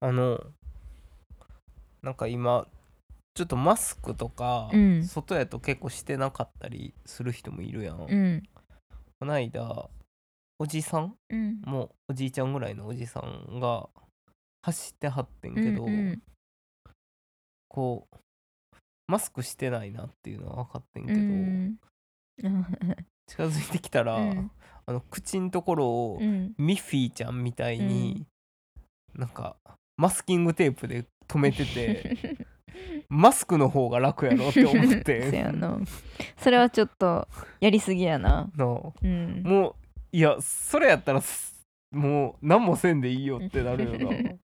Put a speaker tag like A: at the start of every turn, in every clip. A: あのなんか今ちょっとマスクとか、
B: うん
A: 外やと結構してなかったりする人もいるやん、
B: うん
A: こないだおじさん
B: うん
A: もうおじいちゃんぐらいのおじさんが走ってはってん
B: うん
A: けど、
B: うん
A: こうマスクしてないなっていうのは分かってんけ
B: う
A: ど、
B: ん
A: 近づいてきたら、
B: うん
A: あの口んところを
B: うん
A: ミッフィーちゃんみたいに、なんかマスキングテープで止めて てマスクの方が楽やろって思っ
B: そ
A: て
B: やなそれはちょっとやりすぎやな
A: の
B: うん
A: もういやそれやったらすもう何もせんでいいよってなるよなめ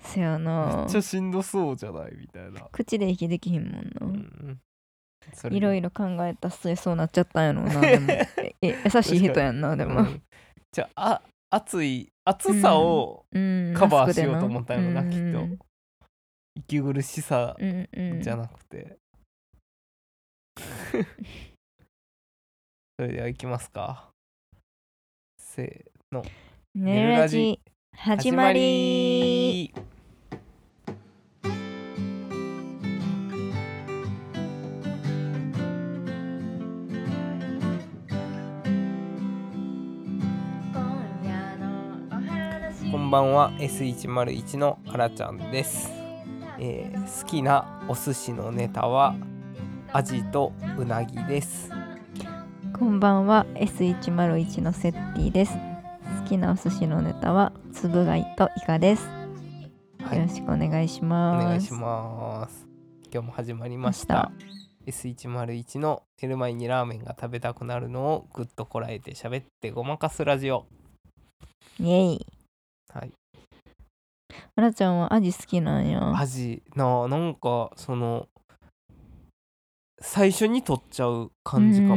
B: そやな
A: っちゃしんどそうじゃないみたいな、
B: 口で息できひんもんな、
A: うん、それ
B: いろいろ考えた末そうなっちゃったんやろう なでもえ優しい人やんなで
A: う
B: も
A: んじゃああ暑い暑さを
B: うん
A: カバー
B: マスクでな
A: しようと思ったんやろな
B: うん
A: きっと息苦しさ
B: うんうん
A: じゃなくて、 それでは行きますかせーの
B: 寝るラジ始まり
A: 始まりこんばんは S101 のあらちゃんです、えー好きなお寿司のネタはアジとうなぎです
B: こんばんは S101 のセッティです好きなお寿司のネタはつぶ貝とイカです、
A: はい
B: よろしくお願いし
A: お
B: ます
A: 願いします今日も始まりました S101 の寝る前にラーメンが食べたくなるのをぐっとこらえて喋ってごまかすラジオ
B: イエイ
A: はい
B: あらちゃんはアジ好きなんや
A: アジなあなんかその最初に取っちゃう感じか
B: うー
A: も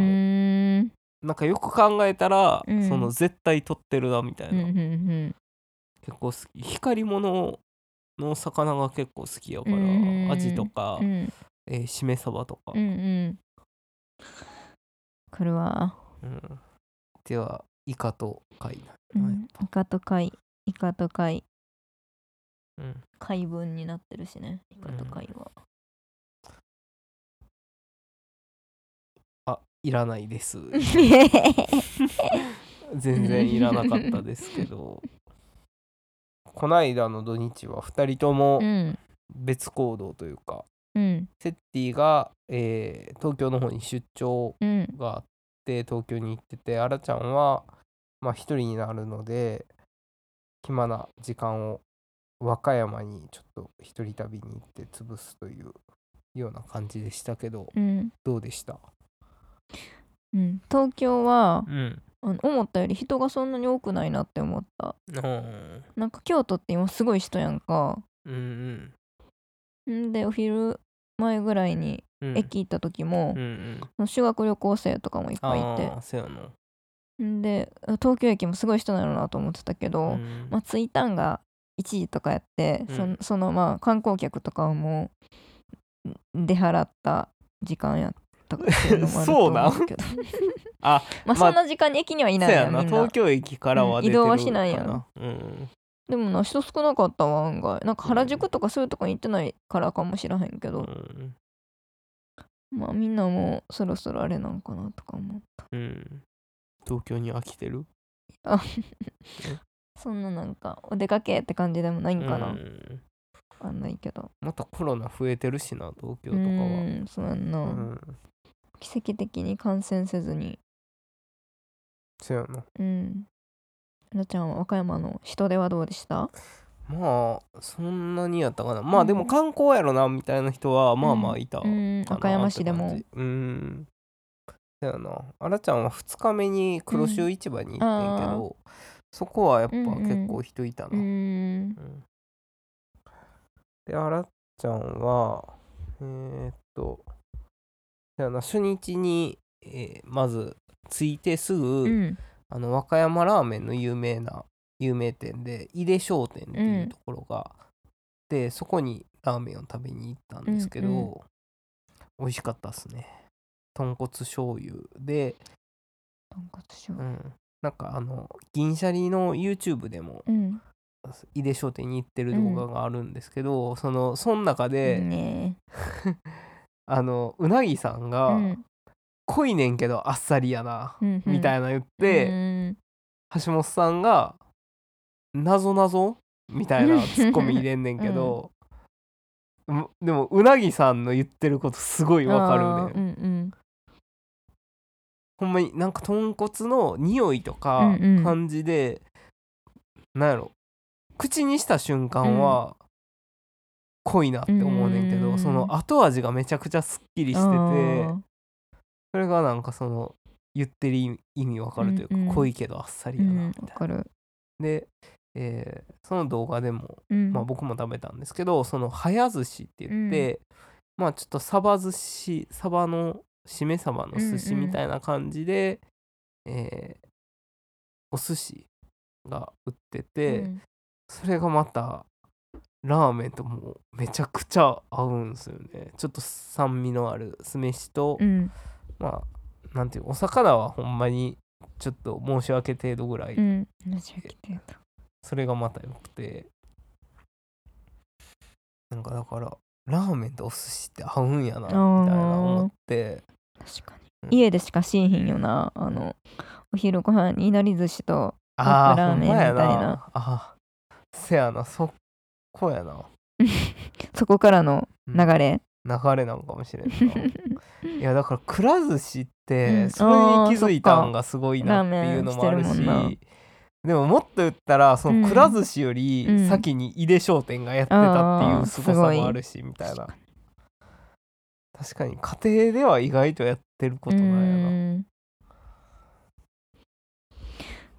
B: ん
A: なんかよく考えたら、
B: うん
A: その絶対取ってるなみたい
B: うん
A: な、
B: うんうん
A: 結構好き光り物の魚が結構好きやから、
B: うん
A: アジとか、
B: うん
A: えーしめ鯖とか、
B: うんうんこれは、
A: うんではイカと貝な、
B: うん、イカと貝イカと貝
A: うん
B: 貝分になってるしねイカと貝は、
A: あいらないです
B: う
A: 全然いらなかったですけどこないだの土日は2人とも
B: ん
A: 別行動というか、
B: うん
A: セッティが、えー東京の方に出張
B: うん
A: があって東京に行っててあらちゃんはまあ一人になるので暇な時間を和歌山にちょっと一人旅に行って潰すというような感じでしたけど
B: うん
A: どうでした
B: うん東京は
A: うん
B: あの思ったより人がそんなに多くないなって思った
A: うん
B: なんか京都って今すごい人やんか
A: うん
B: んでお昼前ぐらいに
A: うん
B: 駅行った時も
A: うん、うん
B: 修学旅行生とかもいっぱいい
A: あ
B: て
A: あそうやの
B: んで東京駅もすごい人なのなと思ってたけど、
A: うん
B: まあ、着いたんが1時とかやって、
A: うん
B: そんそのまあ観光客とかをもうん出払った時間やったかっていうのもあると思うんで すけど
A: あま
B: まあ
A: あ
B: そんな時間に駅にはいな
A: そう
B: いや
A: や
B: ん
A: な
B: みんな
A: 東京駅からは出てる
B: うん移動はしないやろ
A: かなうん
B: でもな人少なかったわ案外なんか原宿とかそういうとこに行ってないからかもしらへんけど、
A: うん
B: まあみんなもうそろそろあれなんかなとか思う
A: うん東京に飽きてる
B: そんななんかお出かけって感じでもないんかな、
A: う
B: わ
A: ん
B: かんないけど
A: またコロナ増えてるしな東京とかは
B: うーんそうやんな、
A: うん
B: 奇跡的に感染せずに
A: そうやな
B: うんらちゃんは和歌山の人出はどうでした
A: まあそんなにやったかなまあで
B: う
A: も
B: ん
A: 観光やろなみたいな人はまあまあいたか
B: う
A: なん
B: 和歌山市で
A: っ
B: も
A: て感じうんそうやなあらちゃんは2日目に黒潮市場に行ってんけど、そこはやっぱ結構人いたな、
B: うーん
A: うんであらちゃんはえー、っとそうやな初日に、えーまず着いてすぐ、
B: うん
A: あの和歌山ラーメンの有名な有名店で井出商店っていうところが、でそこにラーメンを食べに行ったんですけど、
B: うんう
A: 美味しかったっすね豚骨醤油で、
B: 豚骨醤
A: う
B: 油
A: ん、なんかあの銀シャリの YouTube でも
B: うん
A: 井出商店に行ってる動画があるんですけど、そのその中
B: いい
A: で、
B: ね
A: あのうなぎさんが、
B: うん
A: 濃いねんけどあっさりやな、
B: うんうん
A: みたいな言って、
B: うん
A: 橋本さんが「なぞなぞ?」みたいなツッコミ入れんねんけど、うんでもうなぎさんの言ってることすごいわか
B: あ
A: る
B: ー
A: ね、
B: うん
A: ほんまになんか豚骨の匂いとか
B: うんうん
A: 感じで、なんやろ口にした瞬間は濃いなって思うねんけど、
B: うん
A: その後味がめちゃくちゃすっきり
B: うん
A: してて
B: あー
A: それがなんかその言ってる意味意味わかるというか、
B: うんうん
A: 濃いけどあっさり
B: う
A: や
B: ん
A: な
B: わ
A: みたいな。
B: かる
A: で、えーその動画でも、
B: うん
A: まあ、僕も食べたんですけどその早寿司って言って、まあちょっとサバ寿司サバのしめサバの寿司
B: うんうん
A: みたいな感じで、えーお寿司が売ってて、
B: うん
A: それがまたラーメンともうめちゃくちゃ合うんですよねちょっと酸味のある酢飯と、
B: うん
A: まあなんていうお魚はほんまにちょっと申し訳程度ぐらい
B: うん話は聞いてた
A: それがまた良くてなんかだからラーメンとお寿司って合うんやなみたいな思って
B: 確か
A: うん
B: に家でしかしんひんよなあのお昼ご飯にいなり寿司と
A: ああ
B: カッ
A: ほ
B: プラー
A: ん
B: メン
A: まや
B: みたいな
A: なあーせやなそこやな
B: そこからの
A: うん
B: 流れ、
A: 流れなのかもしれんないやだからくら寿司っ
B: う
A: て
B: ん
A: それに気づいたんがすごいなっていうのもある
B: あー
A: し
B: そっかラーメンしてるもんな
A: でももっと言ったらそ
B: うん
A: のくら寿司より
B: うん
A: 先に井出商店がやってたってい
B: あー
A: うすごさ
B: すごい
A: もあるしみたいな確かに家庭では意外とやってることなんやなっ
B: うん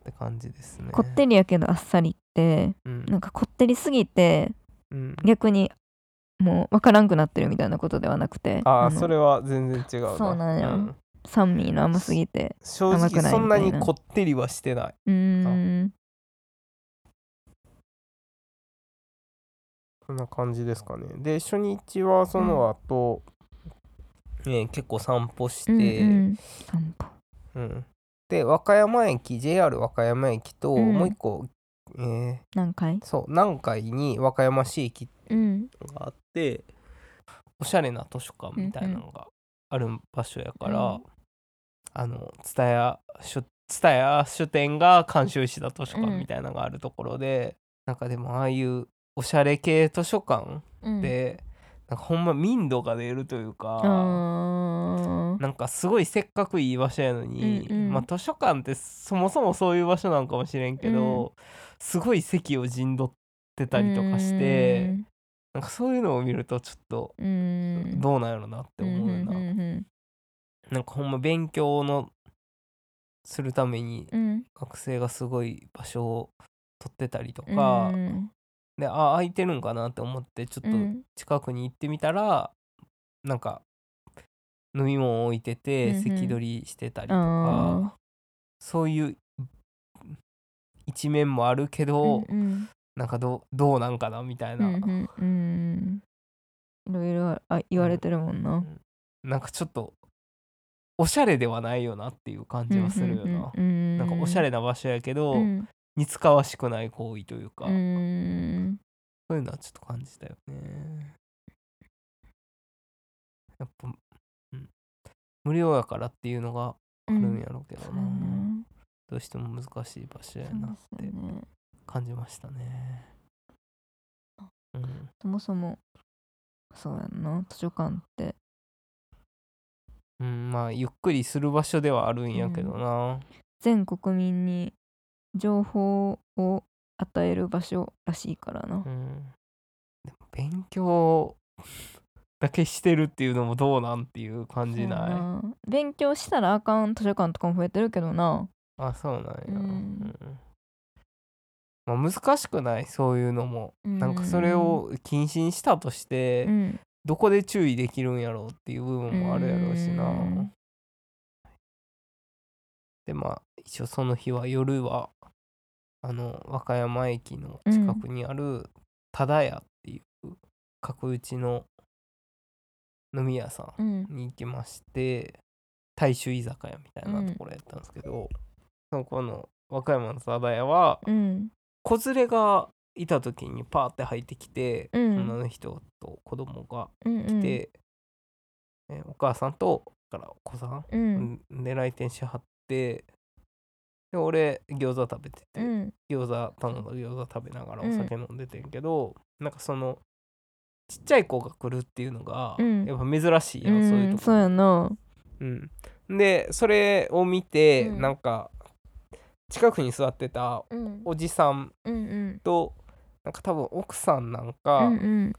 A: て感じですね。
B: こってりやけどあっさりって
A: うん
B: なんかこってりすぎて
A: うん
B: 逆にもう分からんくなってるみたいなことではなくて
A: ああ
B: の
A: それは全然違うな。
B: そうなんや
A: ん
B: 酸味の甘すぎて
A: 正
B: 甘くないみた
A: 直
B: いな
A: そんなにこってりはしてない。
B: うーん
A: こんな感じですかね。で初日はその後、ね、結構散歩して、
B: う
A: うんん
B: うん散歩
A: で和歌山駅 JR 和歌山駅と、
B: うん
A: もう一個、えー
B: 何回
A: そう南海に和歌山市駅
B: うん
A: があっておしゃれな図書館みたいなのがある場所やから、
B: うん
A: あの蔦屋書蔦屋書店が監修した図書館みたいなのがあるところで、なんかでもああいうおしゃれ系図書館
B: うん
A: で、なんかほんま民度が出るというか。
B: あー
A: なんかすごいせっかくいい場所やのに、
B: うんうん
A: まあ図書館ってそもそもそういう場所なんかもしれんけど、すごい席を陣取ってたりとかして、なんかそういうのを見るとちょっと
B: うーん
A: どうなんやろなって思うよな、
B: うんうんうん
A: なんかほんま勉強のするために
B: うん
A: 学生がすごい場所を取ってたりと
B: うん
A: か、
B: うん
A: であ空いてるんかなって思ってちょっと
B: うん
A: 近くに行ってみたら、なんか飲み物置いてて
B: うんうん
A: 席取りしてたりとか、
B: あ
A: そういう一面もあるけ
B: ー
A: ど、
B: うん
A: なんかどうどうなんかなみたい
B: うんう
A: な、
B: んうんいろいろあ言われてるもんな
A: なんかちょっとおしゃれではないよなっていう感じはするよな。な
B: なん
A: かおしゃれな場所やけど、
B: うん
A: 似つかわしくない行為というか、
B: うん
A: そういうのはちょっと感じたよね。やっぱ、うん、無料やからっていうのがあるんやろうけど
B: そう
A: な、
B: やな
A: どうしても難しい場所や
B: そう
A: なっ
B: です
A: て
B: よね
A: 感じましたね。うん、
B: そもそもそうやんな図書館って
A: うん、まあゆっくりする場所ではあるんやけどな。
B: 全国民に情報を与える場所らしいからな
A: うん、でも勉強だけしてるっていうのもどうなんっていう感じ
B: そうや
A: ない。
B: な勉強したらあかん図書館とかも増えてるけどな
A: あそうなんや。
B: うん
A: うんまあ、難しくないそういうのも。なんかそれを謹慎したとし
B: う
A: て、
B: ん
A: どこで注意できるんやろうっていう部分もあるやろうしな。
B: うん
A: でまあ一応その日は夜はあの和歌山駅の近くにあるただ屋っていう角打ちの飲み屋さん
B: うん
A: に行きまして大衆居酒屋みたいなところやったんですけど、そのこの和歌山のサダヤは
B: うん
A: 子連れがいた時にパーって入ってきて、
B: うん
A: 女の人と子供が
B: うんうん
A: 来て、えお母さんとだからお子さん、
B: うん
A: で来店しはってで俺餃子食べてて、
B: うん
A: 餃子頼んだ餃子食べながら
B: うん
A: お酒飲んでてんけど、なんかそのちっちゃい子が来るっていうのが、
B: うん
A: やっぱ珍しいやん、そういうとこ
B: そうやな
A: うん、でそれを見て、
B: うん
A: なんか近くに座ってた
B: うん
A: おじさん
B: うんうん
A: となんか多分奥さんなん
B: う
A: か、
B: んうん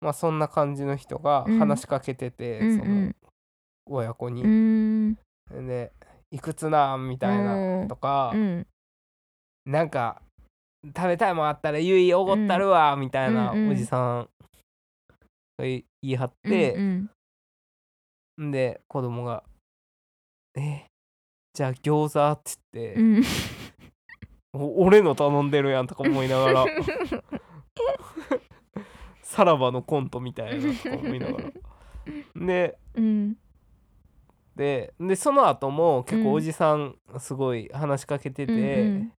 A: まあ、そんな感じの人が
B: うん
A: 話しかけてて、
B: うん
A: そ
B: うん
A: の親子に
B: う。ん
A: で「いくつなん?」みたいなとか、
B: うん
A: なんか食べたいもんあったらゆいおごったるわみたいな
B: うんうん
A: おじさんが言い張って、
B: うん
A: んで子供が「えじゃあ餃子」っつって、
B: うんうん
A: お俺の頼んでるやん」とか思いな がらさらばのコントみたいなとか思いながら。で
B: うん
A: ででその後も結
B: うん
A: 構おじさんすごい話しかけてて「
B: うんうん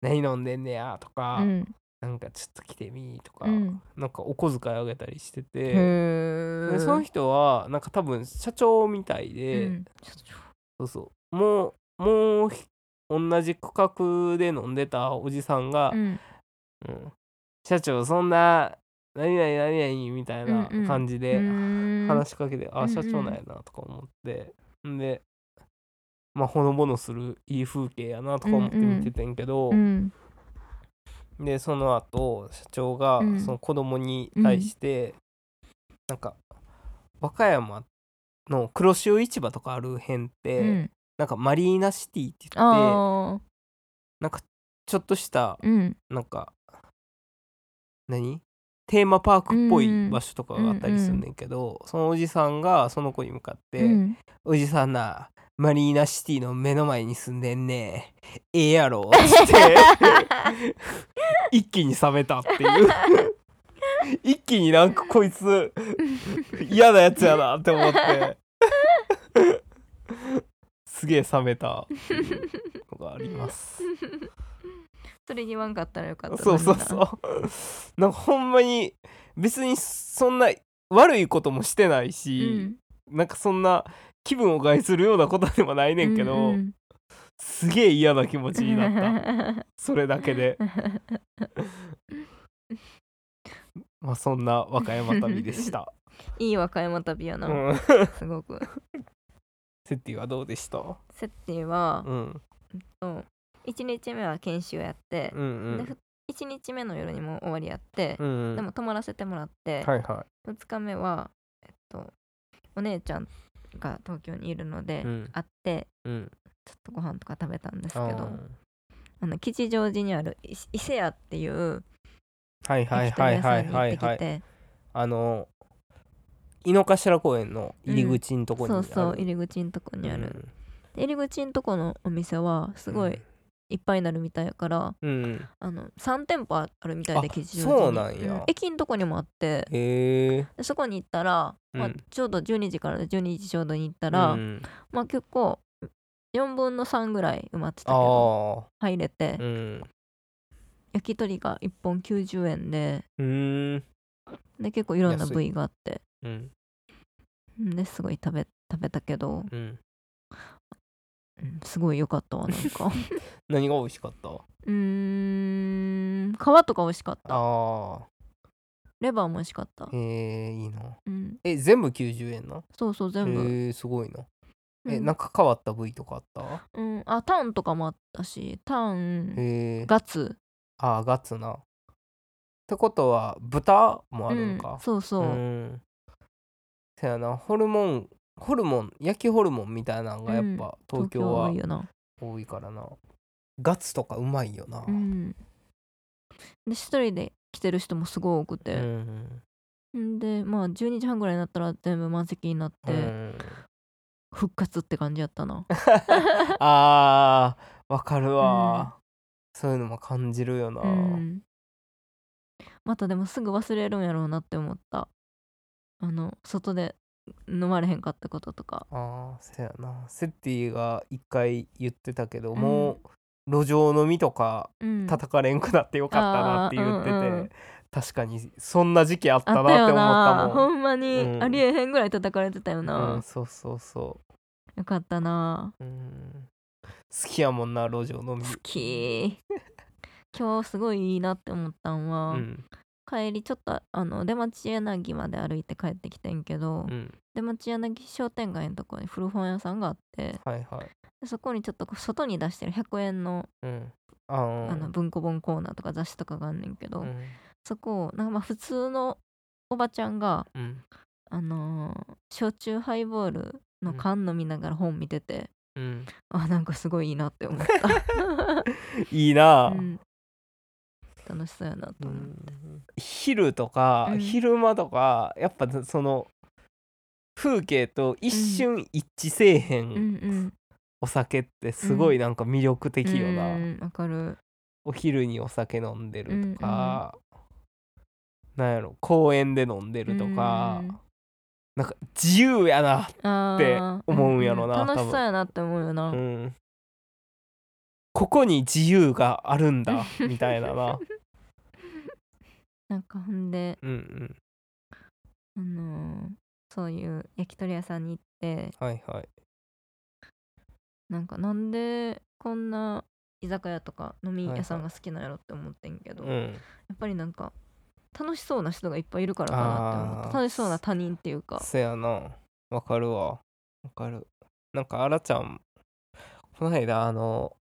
A: 何飲んでんねや」とか、
B: うん
A: なんかちょっと来てみ」とか、
B: うん
A: なんかお小遣いあげたりしてて。
B: へ
A: で
B: え
A: その人はなんか多分社長みたいで、
B: うん
A: そうそうもうもうひ同じ区画で飲んでたおじさんが「
B: うん
A: うん社長そんな何々何々」みたいな
B: うんうん
A: 感じで
B: うん
A: 話しかけて「
B: うんう
A: あ
B: ん
A: 社長なんやな」とか思って、んでまあほのぼのするいい風景やなとか思って見ててんけど、
B: うん
A: でその後社長が
B: うん
A: その子供に対して、なんか和歌山の黒潮市場とかある辺って、
B: うん
A: なんかマリーナシティって言って
B: あ
A: なんかちょっとした
B: ーうん
A: なんか何テーマパークっぽい場所とかがあったりすんねんけど、そのおじさんがその子に向かって「
B: うん
A: おじさんなマリーナシティの目の前に住んでんねええやろ」っつって。一気に冷めたっていう一気になんかこいつ嫌なやつやなって思ってすげえ冷めたっていうのがあります
B: それ言わんかったらよかったのに
A: そう
B: な
A: そうそうなんかほんまに別にそんな悪いこともしてないうし、
B: ん
A: なんかそんな気分を害するようなことでもないねんけど、
B: うんうん
A: すげえ嫌な気持ちにな ったそれだけでまあそんな和歌山旅で した、
B: いい和歌山旅や
A: う
B: な、
A: ん、
B: すごく
A: セッティはどうでした
B: 設定は
A: う、ん
B: うん、1日目は研修やって
A: う、んうん
B: でふ1日目の夜にもう終わりやって、
A: うんうん
B: でも泊まらせてもらって、
A: はいは
B: 2日目はえっとお姉ちゃんが東京にいるので、
A: い。うん
B: 会って
A: うん。
B: ちょっとご飯とか食べたんですけ
A: あ
B: ど
A: ー
B: あの吉祥寺にあるい伊勢屋っていう
A: はいはい
B: 焼き
A: は
B: 鳥
A: い
B: 屋さ
A: は
B: ん
A: い
B: に
A: は
B: 行っ
A: い
B: て
A: は
B: き
A: い。
B: て
A: あの井の頭公園の入り口のとこに
B: そうそう
A: ある
B: 入り口のとこにある、
A: うん
B: で入り口のとこのお店はすごいいっぱいになるみたいやから、
A: うん。うん。
B: あの3店舗あるみたいで
A: あ
B: 吉祥寺に
A: そうなんや
B: 駅のとこにもあって
A: へえ。
B: でそこに行ったら、まあ
A: うん、
B: ちょうど12時から12時ちょうどに行ったら、
A: うん
B: まあ結構4分の3ぐらい埋まってた
A: あ
B: けど
A: あ。
B: 入れて、
A: うん。
B: 焼き鳥が1本90円で
A: うーん。
B: で結構いろんな
A: 安い
B: 部位があって
A: うん
B: うんですごい食べ食べたけど、
A: うん。
B: うんすごい良かったわなん か
A: 何が美味しかった？
B: うーん皮とか美味しかった
A: あ
B: レバーも美味しかった
A: あ。へ、えいいな。
B: うん、
A: え全部90円な？
B: そうそう全部、
A: へえすごいな。え
B: うん
A: なんか変わった部位とかあった？
B: うん、あタンとかもあったしタン
A: へえ。
B: ガツ
A: あーガッツな。ってことは豚もあるん
B: う
A: か
B: ん、。そうそう、
A: んせやなホルモンホルモン焼きホルモンみたいなのがやっ
B: うん
A: ぱ東京は
B: 多いよな、
A: 多いからな、ガツとかうまいよな、
B: うん、で一人で来てる人もすごい多く
A: うんう
B: て、
A: ん
B: ん、でまあ12時半ぐらいになったら全部満席になって、
A: うん
B: 復活って感じやったな
A: あーわかるわ、そういうのも感じるよな、
B: うんまたでもすぐ忘れるんやろうなって思ったあの外で飲まれへんかったこととか
A: あーせやなセッティが一回言ってたけど、
B: ん
A: もう路上飲みとか
B: うん、
A: 叩かれんくなってよかったなって言ってて、
B: あーうんうん
A: 確かにそんな時期あったな
B: あ
A: っ
B: った
A: て
B: よ
A: 思
B: な
A: ったも
B: ほんまに、
A: うん
B: ありえへんぐらい叩かれてたよ
A: ん、うん、
B: な、
A: そうそうそ
B: よかったな
A: う、うん、好きやもんな路上飲み
B: 好 き今日すごいいいなって思ったんは、
A: うん
B: 帰りちょっとあの出町柳まで歩いて帰ってきてんけど、
A: うん
B: 出町柳商店街のとこに古本屋さんがあって
A: はいはい
B: でそこにちょっとこう外に出してる100円の,、
A: うんあの
B: あの文庫本コーナーとか雑誌とかがあんねんけど、そこをなんかまあ普通のおばちゃんが、
A: うんうん
B: あのー焼酎ハイボールの缶飲みながら本見てて、
A: うん
B: あなんかすごいいいなって思った、
A: いい なあ、
B: うん楽しそうやなと思う、
A: 昼とか、
B: うん
A: 昼間とかやっぱその風景と一瞬一致せえへん、
B: うん、うん
A: お酒ってすごいなんか魅力的よな、
B: うんわかる
A: お昼にお酒飲んでるとか、なんやろ公園で飲んでるとか、
B: うん
A: なんか自由やな、
B: って
A: 思うんやろな
B: 楽
A: 多
B: し
A: 分
B: そうやなって思うよな、
A: うんここに自由があるんだみたいな な
B: なんかほんで
A: うんうん
B: あのーそういう焼き鳥屋さんに行って
A: はいはい
B: なんかなんでこんな居酒屋とか飲み屋さん
A: はいは
B: が好きなんやろって思ってんけど、
A: う
B: や
A: ん
B: っぱりなんか楽しそうな人がいっぱいいるからかなって思っ
A: あ
B: た
A: ー
B: 楽しそうな他人っていうか
A: せやなわかるわわかるなんかあらちゃんこの間あの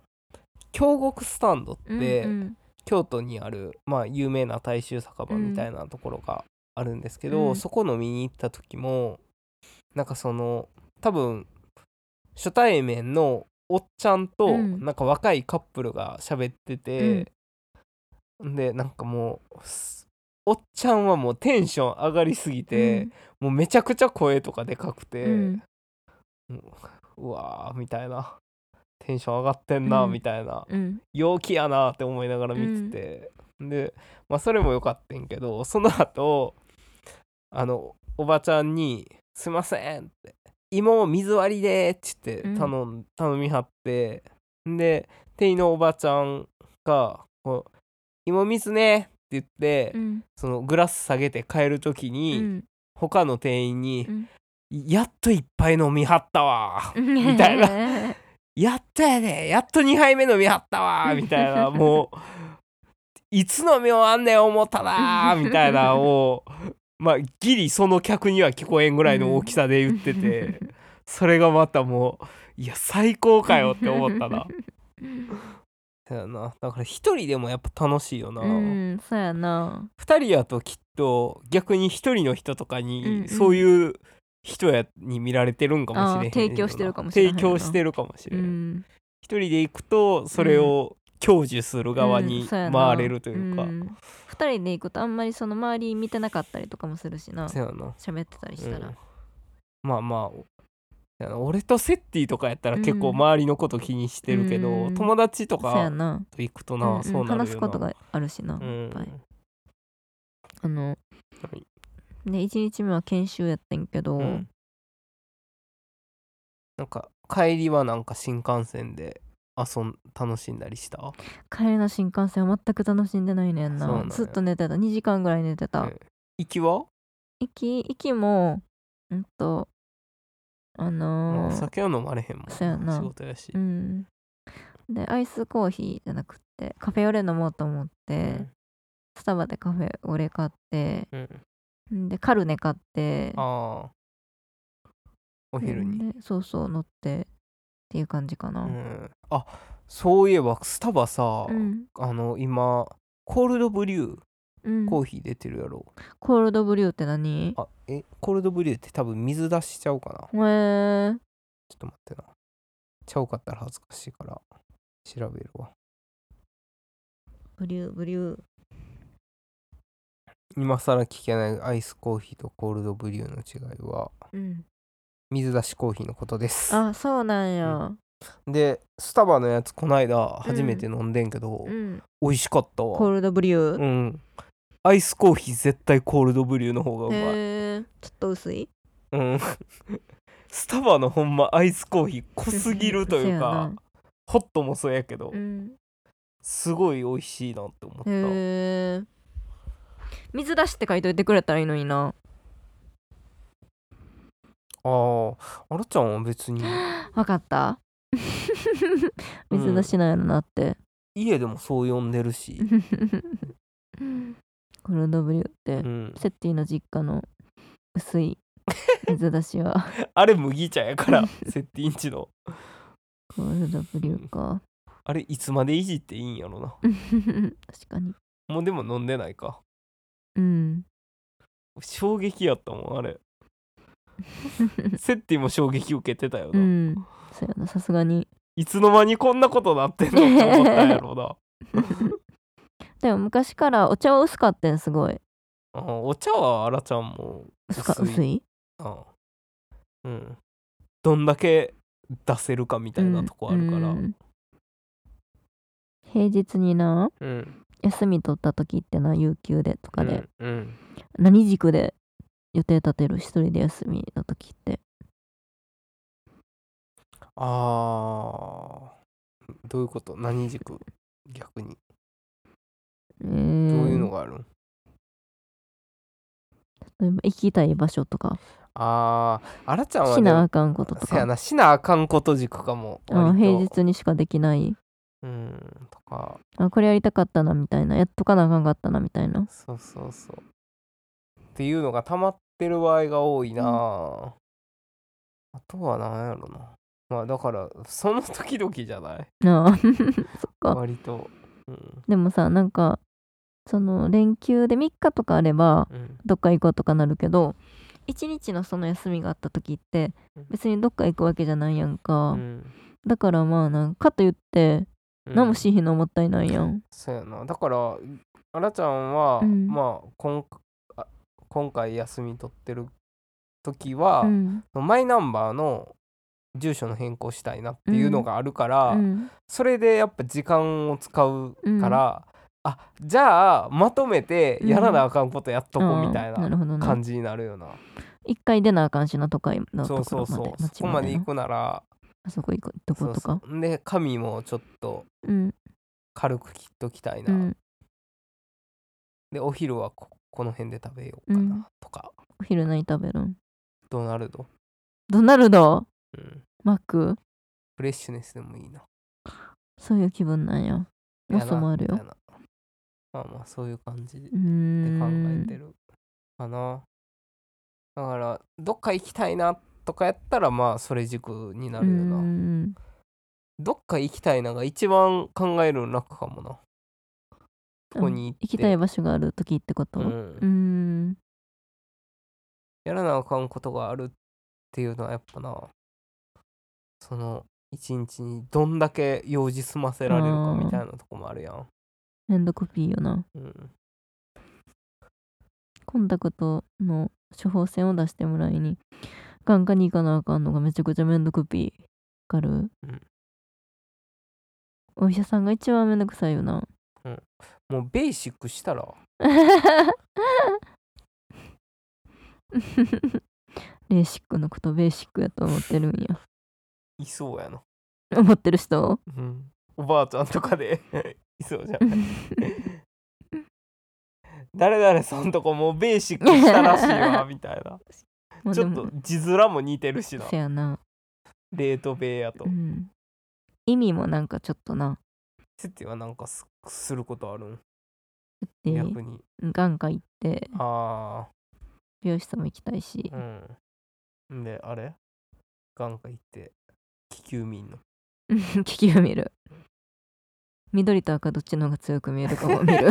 A: 京極スタンドって、
B: うん
A: 京都にある、まあ、有名な大衆酒場みたいなところがあるんですけど、
B: うん
A: そこ飲みに行った時もなんかその多分初対面のおっちゃんと、
B: うん
A: なんか若いカップルが喋ってて、でなんかもうすおっちゃんはもうテンション上がりすぎ
B: うん
A: て、もうめちゃくちゃ声とかでかくて、
B: うんうん
A: もううわーみたいなテンション上がってんな、
B: うん
A: みたいな
B: うん
A: 陽気やなって思いながら見てて、で、まあ、それも良かったんけどその後あのおばちゃんに「すいません」って「芋を水割りで」っつって
B: うん
A: 頼,、ん、頼みはってで店員のおばちゃんがこう「芋水ね」って言って、
B: うん
A: そのグラス下げて帰る時に、
B: うん
A: 他の店員に
B: うん
A: 「やっと一杯飲みはったわ」みたい
B: な
A: やっとやでやっと2杯目飲みはったわーみたいなもういつ飲み終わんねん思ったなーみたいなをまあギリその客には聞こえんぐらいの大きさで言っててそれがまたもういや最高かよって思った なだよなだから一人でもやっぱ楽しいよな、
B: う
A: 二
B: んそうやな
A: 人やときっと逆に一人の人とか
B: うんう
A: に
B: ん
A: そういう人やに見られてるんかもしれへん
B: あ
A: よ
B: ー
A: な
B: 提供してるかもしれへんよな
A: 提供してるかもし
B: う
A: れん、
B: ん
A: 一人で行くとそれを享受する側に回れるというか、
B: んそやなうん二人で行くとあんまりその周り見てなかったりとかもするしな
A: そうやな、
B: 喋ってたりしたら、
A: うんまあまあそうやな俺とセッティとかやったら結構
B: うん
A: 周りのこと気にしてるけど、
B: うん
A: 友達と
B: そうや
A: か
B: な
A: と行くとな、
B: うんうん
A: そうなるよな
B: 話すことがあるしな、
A: う
B: いっ
A: ん
B: ぱいあの、
A: はい
B: で1日目は研修やってんけど、
A: うんなんか帰りはなんか新幹線で遊ん楽しんだりした
B: 帰りの新幹線は全く楽しんでないねんな
A: そうなんや
B: ずっと寝てた2時間ぐらい寝てた、
A: うん行きは、
B: 息息もうんとあ
A: まあ
B: の
A: お
B: ー
A: 酒は飲まれへんもん
B: そうやな
A: 仕事やし
B: う、んでアイスコーヒーじゃなくってカフェオレ飲もうと思って、スタバでカフェオレ買って
A: うんうん
B: んでカルネ買って
A: ああお
B: お
A: 昼に
B: そうそう乗ってっていう感じかな、
A: うんあそういえばスタバさ、
B: うん
A: あの今コールドブリュー
B: うん
A: コーヒー出てるやろ、
B: コールドブリューって何
A: あえコールドブリューって多分水出しちゃうかな
B: へえ
A: ちょっと待ってなちゃうかったら恥ずかしいから調べるわ
B: ブリューブリュー
A: 今更聞けないアイスコーヒーとコールドブリューの違いは
B: うん
A: 水出しコーヒーのことです
B: あそうなんや
A: でスタバのやつこないだ初めて飲んでんけど、
B: うん
A: 美味しかった
B: コ
A: わ
B: ールドブリュ
A: う
B: ー
A: んアイスコーヒー絶対コールドブリューの方がうまい
B: へえちょっと薄い
A: うん、スタバのほんまアイスコーヒー濃すぎるというかホットもそうやけど、
B: うん
A: すごい美味しいなって思った、
B: へえ水出しって書いといてくれたらいいのにな
A: あああらちゃんは別に
B: わかった
A: うん
B: 水出しなんやろな って、
A: 家でもそう呼んでるし、
B: この W って、
A: うん、
B: セッティの実家の薄い水出しは
A: あれ麦茶やからセッティンチの
B: コールドブリュー か
A: あれいつまでいじっていいんやろな
B: 確かに
A: もうでも飲んでないか
B: うん
A: 衝撃やったもんあれセッティも衝撃受けてたよ
B: う
A: な、
B: んそうやなさすが に
A: いつの間にこんなことなってんのって思ったんやろうな
B: でも昔からお茶は薄かったんすごい
A: うんお茶はあらちゃんも
B: 薄か
A: 薄い
B: 薄い
A: あうんどんだけ出せるかみたいなとこあるから
B: うんうん平日にな
A: うん
B: 休み取った時ってな有給でとかで、
A: うんうん
B: 何軸で予定立てる一人で休みの時って
A: あーどういうこと何軸逆に
B: どう
A: どうい
B: いう
A: のがあるん
B: 例えば行きたい場所とか
A: あーあらちゃんは
B: し
A: で
B: な
A: も
B: あかんことと
A: せや
B: か
A: なしなあかんこと軸かも
B: あ
A: 割
B: 平
A: と
B: 日にしかできない
A: うんとか
B: あこれやりたかったなみたいなやっとかなあかんかったなみたいな
A: そうそうそうっていうのが溜まってる場合が多いなあ、あとは何やろなまあだからその時々じゃない
B: なあそっか
A: 割とうん
B: でもさなんかその連休で3日とかあれば
A: うん
B: どっか行こうとかなるけど1日のその休みがあった時って
A: うん
B: 別にどっか行くわけじゃないやんか、
A: うん
B: だからまあなんかと言って
A: うん
B: 何もしひんのもったいないやん、
A: そうやなだからあらちゃんは、
B: うん
A: まあこんあ今回休み取ってる時は、
B: うん
A: マイナンバーの住所の変更したいなっていうのがあるか
B: う
A: ら、
B: ん
A: それでやっぱ時間を使うから、あじゃあまとめてやらなあかんことやっとこうみたい
B: あーな
A: な
B: るほどな
A: 感じになるよな、
B: 一回出なあかんしな都会の
A: そ
B: と
A: う
B: こ
A: そ
B: ろ
A: うそう
B: まで
A: そこまで行
B: な
A: くなら
B: あそこ行くど
A: そ
B: こ
A: う
B: と
A: そ
B: か
A: うで髪もちょっと
B: うん
A: 軽く切っときたいうな、
B: ん
A: でお昼はここの辺で食べようか
B: うん
A: なとか、
B: お昼何食べるん
A: ドナルド、
B: ドナルド
A: うん、
B: マック
A: フレッシュネスでもいいな
B: そういう気分なんやモスもあるよ
A: やなみたいなまあまあそういう感じで
B: うー
A: って考え
B: ん
A: てるかな。だからどっか行きたいなとかやったらまあそれ軸になるよ
B: うー
A: な。
B: ん
A: どっか行きたいなが一番考えるの楽かもな。ここに行って
B: 行きたい場所がある時ってこと
A: う
B: うんーん
A: やらなあかんことがあるっていうのはやっぱなその一日にどんだけ用事済ませられるかみたいなとこもあるやん。
B: めんどくぴーよな
A: うん、
B: コンタクトの処方箋を出してもらいに眼科に行かなあかんのがめちゃくちゃめんどくぴーわかる、お医者さんが一番めんどくさい よな
A: もうベーシックしたら
B: レーシックのことベーシックやと思ってるんや
A: いそうやな。
B: 思って る人
A: うん、おばあちゃんとかで いそうじゃん。誰々さんとこもうベーシックしたらしいわみたいな
B: まあ
A: ち
B: で
A: ょっ
B: も
A: と字面も似てるしな
B: せやな、
A: レートベーやと
B: うん、意味もなんかちょっとな
A: セティはなんかすすることあるん
B: で
A: 逆に
B: 眼科行って
A: あ
B: 美容室も行きたいし
A: あうんんであれ眼科行って気球見んの
B: うん気球見る緑と赤どっちの方が強く見えるかも見 る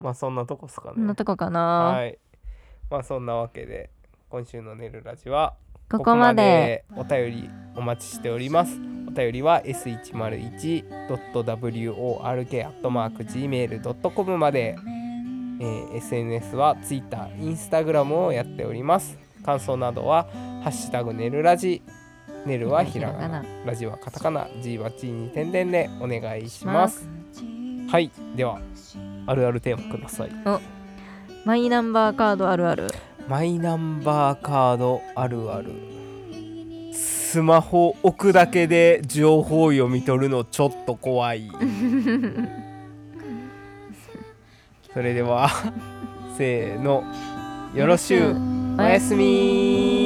A: まあそんなとこっすか
B: そん
A: ね
B: なとこかな、
A: はいまあそんなわけで今週の「ねるラジ」は
B: ここまで
A: ここまでお便りお待ちしておりますお便りは s101.work.gmail.com まで、えー SNS は Twitter、Instagram をやっております感想などは「ハッシュタグねるラジ」ねるはひらがなラジはカタカナ G は G に点々でお願いしますはいではあるあるテーマください
B: マイナンバーカードあるある
A: マイナンバーカードあるあるすスマホ置くだけで情報を読み取るのちょっと怖いそれではせーのよろしゅうおやすみ